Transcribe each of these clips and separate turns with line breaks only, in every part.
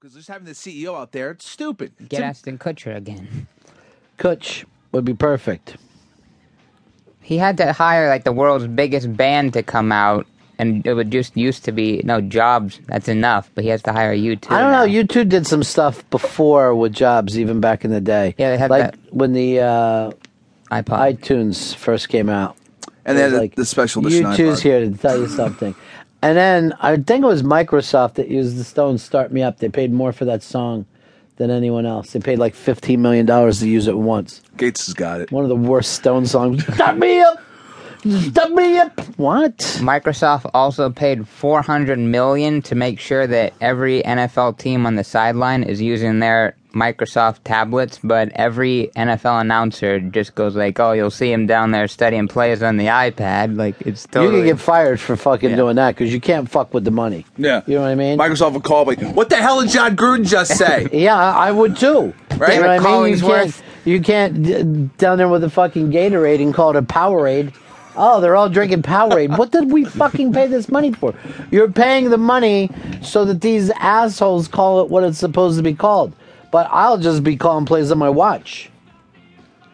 because just having the CEO out there, it's stupid.
Get
It's im-
Ashton Kutcher again.
Kutch would be perfect.
He had to hire like the world's biggest band to come out, and it would just used to be no jobs. That's enough, but he has to hire you too.
I don't
now.
know. You two did some stuff before with jobs, even back in the day.
Yeah, they had
like
that-
when the uh,
iPod.
iTunes first came out.
and
It
then
was
the- the special edition.
You two's
iPod.
here to tell you something. and then I think it was Microsoft that used the Stones "Start Me Up." They paid more for that song than anyone else. They paid like fifteen million dollars to use it once.
Gates has got it.
One of the worst Stone songs. Start me up. Start me up. What?
Microsoft also paid 400 million to make sure that every NFL team on the sideline is using their Microsoft tablets, but every NFL announcer just goes like, "Oh, you'll see him down there studying plays on the iPad." Like it's totally.
You can get fired for fucking
Yeah.
doing that because you can't fuck with the money.
Yeah,
You know what I mean?
Microsoft would call like, "What the hell did John Gruden just say?"
Yeah, I I would too.
Right?
You know what I mean? You can't,
Collingsworth.
you can't d- down there with a fucking Gatorade and call it a Powerade. Oh, they're all drinking Powerade. what did we fucking pay this money for? You're paying the money so that these assholes call it what it's supposed to be called. But I'll just be calling plays on my watch.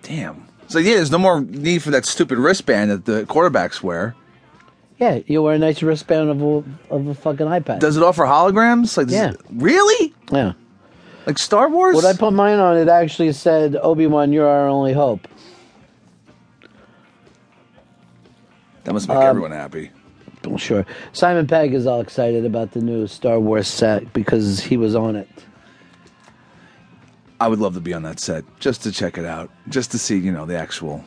Damn. So yeah, there's no more need for that stupid wristband that the quarterbacks wear.
Yeah, you wear a nice wristband of a, of a fucking iPad.
Does it offer holograms? Like, does
Yeah.
it- really?
yeah.
Like Star Wars?
When I put mine on, it actually said, Obi Wan, you're our only hope.
that must
um,
make everyone happy.
Well, sure. Simon Pegg is all excited about the new Star Wars set because he was on it.
I would love to be on that set just to check it out, just to see, you know, the actual.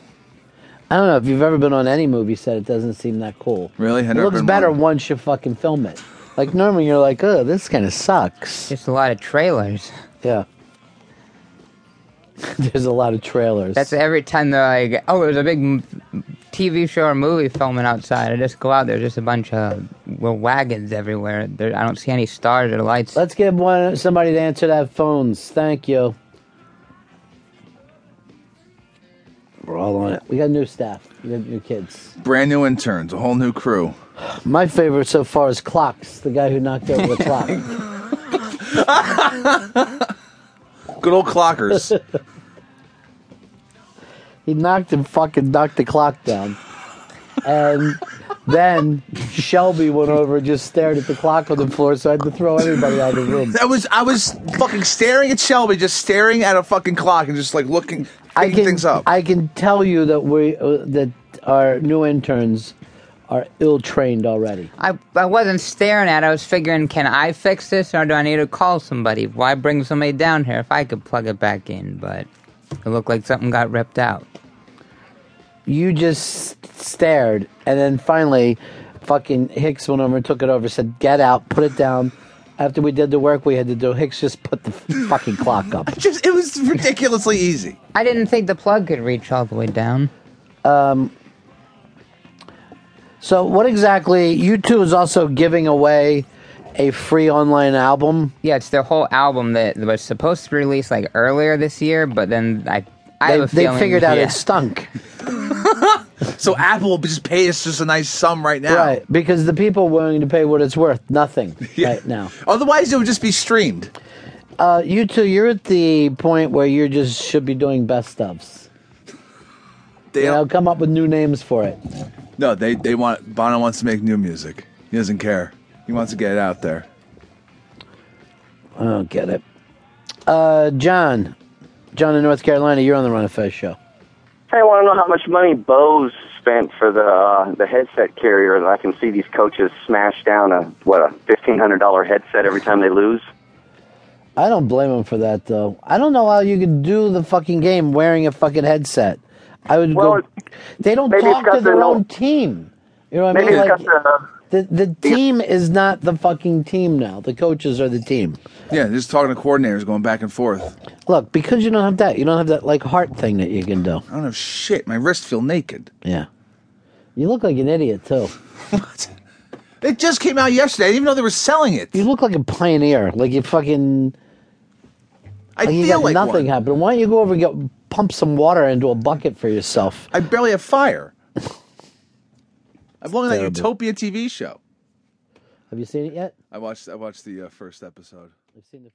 I don't know if you've ever been on any movie set. It doesn't seem that cool.
Really? I've
It
never
looks
been
better
one.
once you fucking film it. Like normally, you're like, "Oh, this kind of sucks."
just a lot of trailers.
Yeah. There's a lot of trailers.
That's every time they're like, "Oh, there's a big m- TV show or movie filming outside." I just go out there. There's just a bunch of well, wagons everywhere. There, I don't see any stars or lights.
Let's get one somebody to answer that phones. Thank you. We're all on it. We got new staff. We got new kids.
Brand new interns, a whole new crew.
My favorite so far is Clocks, the guy who knocked over the clock.
Good old clockers.
He knocked and fucking knocked the clock down. And then Shelby went over and just stared at the clock on the floor, so I had to throw everybody out of the room.
I was I was fucking staring at Shelby, just staring at a fucking clock and just like looking
I
picking
can,
things up.
I can tell you that we uh, that our new interns are ill trained already.
I, I wasn't staring at it. I was figuring, can I fix this or do I need to call somebody? Why bring somebody down here if I could plug it back in? But it looked like something got ripped out.
You just s- stared, and then finally, fucking Hicks went over and took it over. Said, "Get out, put it down." After we did the work we had to do, Hicks just put the fucking clock up.
just it was ridiculously easy.
I didn't think the plug could reach all the way down.
So, what exactly? U2 is also giving away a free online album.
Yeah, it's their whole album that was supposed to be released like earlier this year, but then I, I
They,
have a
they
feeling
figured out
yeah.
it stunk,
So Apple will just pay us just a nice sum right now.
right? Because the people willing to pay what it's worth, nothing
Yeah.
right now.
Otherwise it would just be streamed.
Uh, U2, you're at the point where you just should be doing best ofs.
They
You know,
don't,
come up with new names for it.
no, they they want Bono wants to make new music. He doesn't care. He wants to get it out there.
I don't get it. Uh, John, John in North Carolina, you're on the Run of Fez show.
Hey, I want to know how much money Bose spent for the uh, the headset carrier that I can see these coaches smash down a what a fifteen hundred dollar headset every time they lose.
I don't blame him for that though. I don't know how you could do the fucking game wearing a fucking headset. I would
Well,
go. They don't
maybe it's
talk
got
to their
the-
own team. You know what I
Maybe
mean?
it's
Like,
got the
the the team is not the fucking team now. The coaches are the team.
Yeah, just talking to coordinators going back and forth.
Look, because you don't have that, you don't have that like heart thing that you can do.
I don't know shit. My wrists feel naked.
Yeah, you look like an idiot too.
What? It just came out yesterday. I didn't even know they were selling it.
You look like a pioneer. Like you fucking.
I
Like you
feel
got
like
nothing
one.
happening. Why don't you go over and get pump some water into a bucket for yourself?
I barely have fire. I belong in that
Terrible.
Utopia TV show.
Have you seen it yet?
I watched I watched the uh, first episode.
I've seen the